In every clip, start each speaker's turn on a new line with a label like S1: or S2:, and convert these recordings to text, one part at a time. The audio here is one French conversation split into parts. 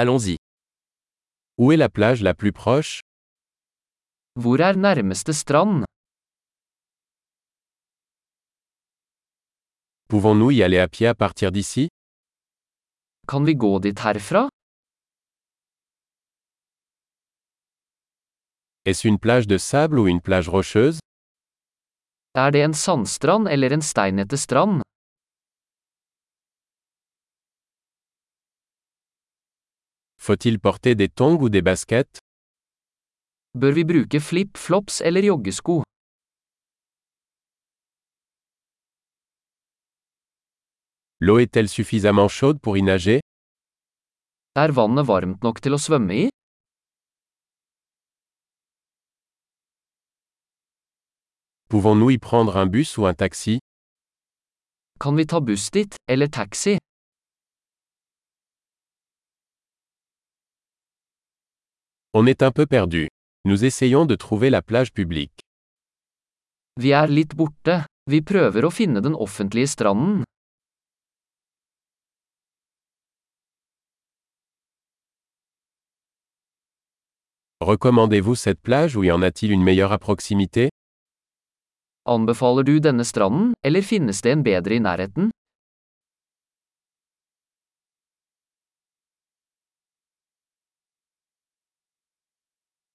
S1: Allons-y. Où est la plage la plus proche
S2: Hvor er nærmeste strand?
S1: Pouvons-nous y aller à pied à partir d'ici
S2: Kan vi gå dit herfra?
S1: Est-ce une plage de sable ou une plage rocheuse
S2: Er det en sandstrand eller en steinete strand?
S1: Faut-il porter des tongs ou des baskets
S2: Bør vi bruke flip-flops eller joggesko?
S1: L'eau est-elle suffisamment chaude pour y nager
S2: Er vannet varmt nok til å svømme i?
S1: Pouvons-nous y prendre un bus ou un taxi
S2: Kan vi ta buss dit, eller taxi?
S1: On est un peu perdu. Nous essayons de trouver la plage publique.
S2: Vi er litt borte. Vi prøver å finne den offentlige stranden.
S1: Recommandez-vous cette plage ou y en a-t-il une meilleure à proximité
S2: Anbefaler du denne stranden, eller finnes det en bedre i nærheten?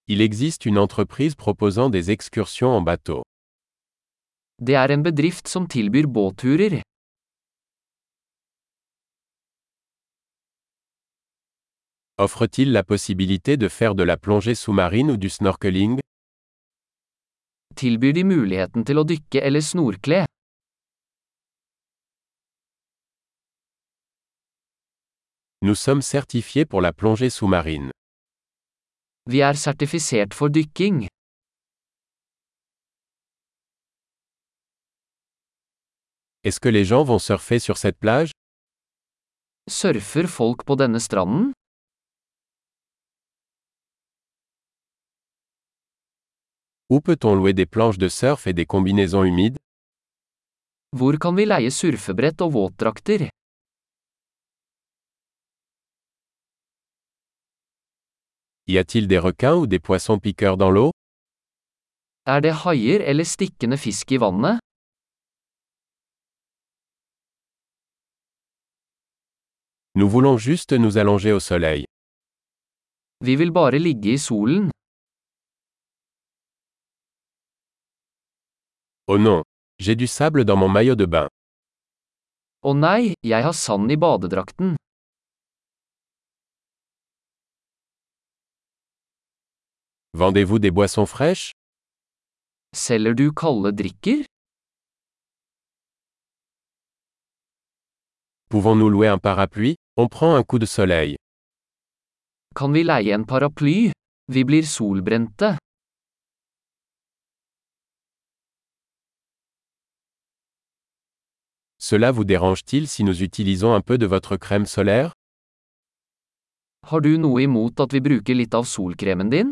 S1: Il existe une entreprise proposant des excursions en bateau.
S2: Det er en bedrift som tilbyr båtturer.
S1: Offre-t-il la possibilité de faire de la plongée sous-marine ou du snorkeling
S2: Tilbyr de muligheten til å dykke eller snorkle?
S1: Nous sommes certifiés pour la plongée sous-marine.
S2: Vi er sertifisert for dykking.
S1: Est-ce que les gens vont surfer sur cette plage
S2: Surfer folk på denne stranden?
S1: Où peut-on louer des planches de surf et des combinaisons humides
S2: Hvor kan vi leie surfebrett og våtdrakter?
S1: Y a-t-il des requins ou des poissons piqueurs dans l'eau
S2: Er det haier eller stikkende fisk i vannet?
S1: Nous voulons juste nous allonger au soleil.
S2: Vi vil bare ligge i solen.
S1: Oh non, j'ai du sable dans mon maillot de bain.
S2: Å nei, jeg har sand i badedrakten.
S1: Vendez-vous des boissons fraîches
S2: Selger du kalde drikker?
S1: Pouvons-nous louer un parapluie On prend un coup de soleil.
S2: Kan vi leie en paraply? Vi blir solbrente.
S1: Cela vous dérange-t-il si nous utilisons un peu de votre crème solaire
S2: Har du noe imot at vi bruker litt av solkremen din?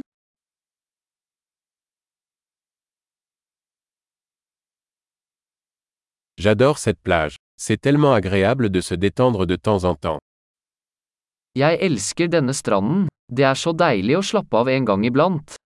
S1: J'adore cette plage. C'est tellement agréable de se détendre de temps en temps.
S2: Jeg elsker denne stranden. Det er så deilig å slappe av en gang iblant.